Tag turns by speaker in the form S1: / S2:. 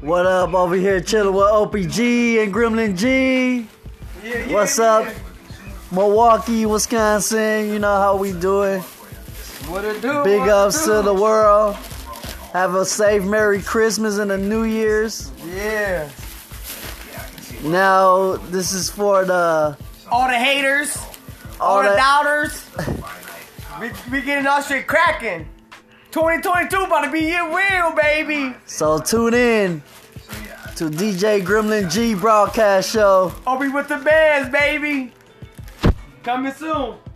S1: What up over here chilling with OPG and Gremlin G? What's up? Milwaukee, Wisconsin, you know how we doing.
S2: What it do?
S1: Big
S2: what it
S1: ups
S2: do?
S1: to the world. Have a safe Merry Christmas and a New Year's.
S2: Yeah.
S1: Now, this is for the
S2: All the haters, all,
S1: all
S2: the
S1: that
S2: doubters. we, we getting our shit cracking. 2022 about to be your real, baby.
S1: So tune in to DJ Gremlin G broadcast show.
S2: I'll be with the bands, baby. Coming soon.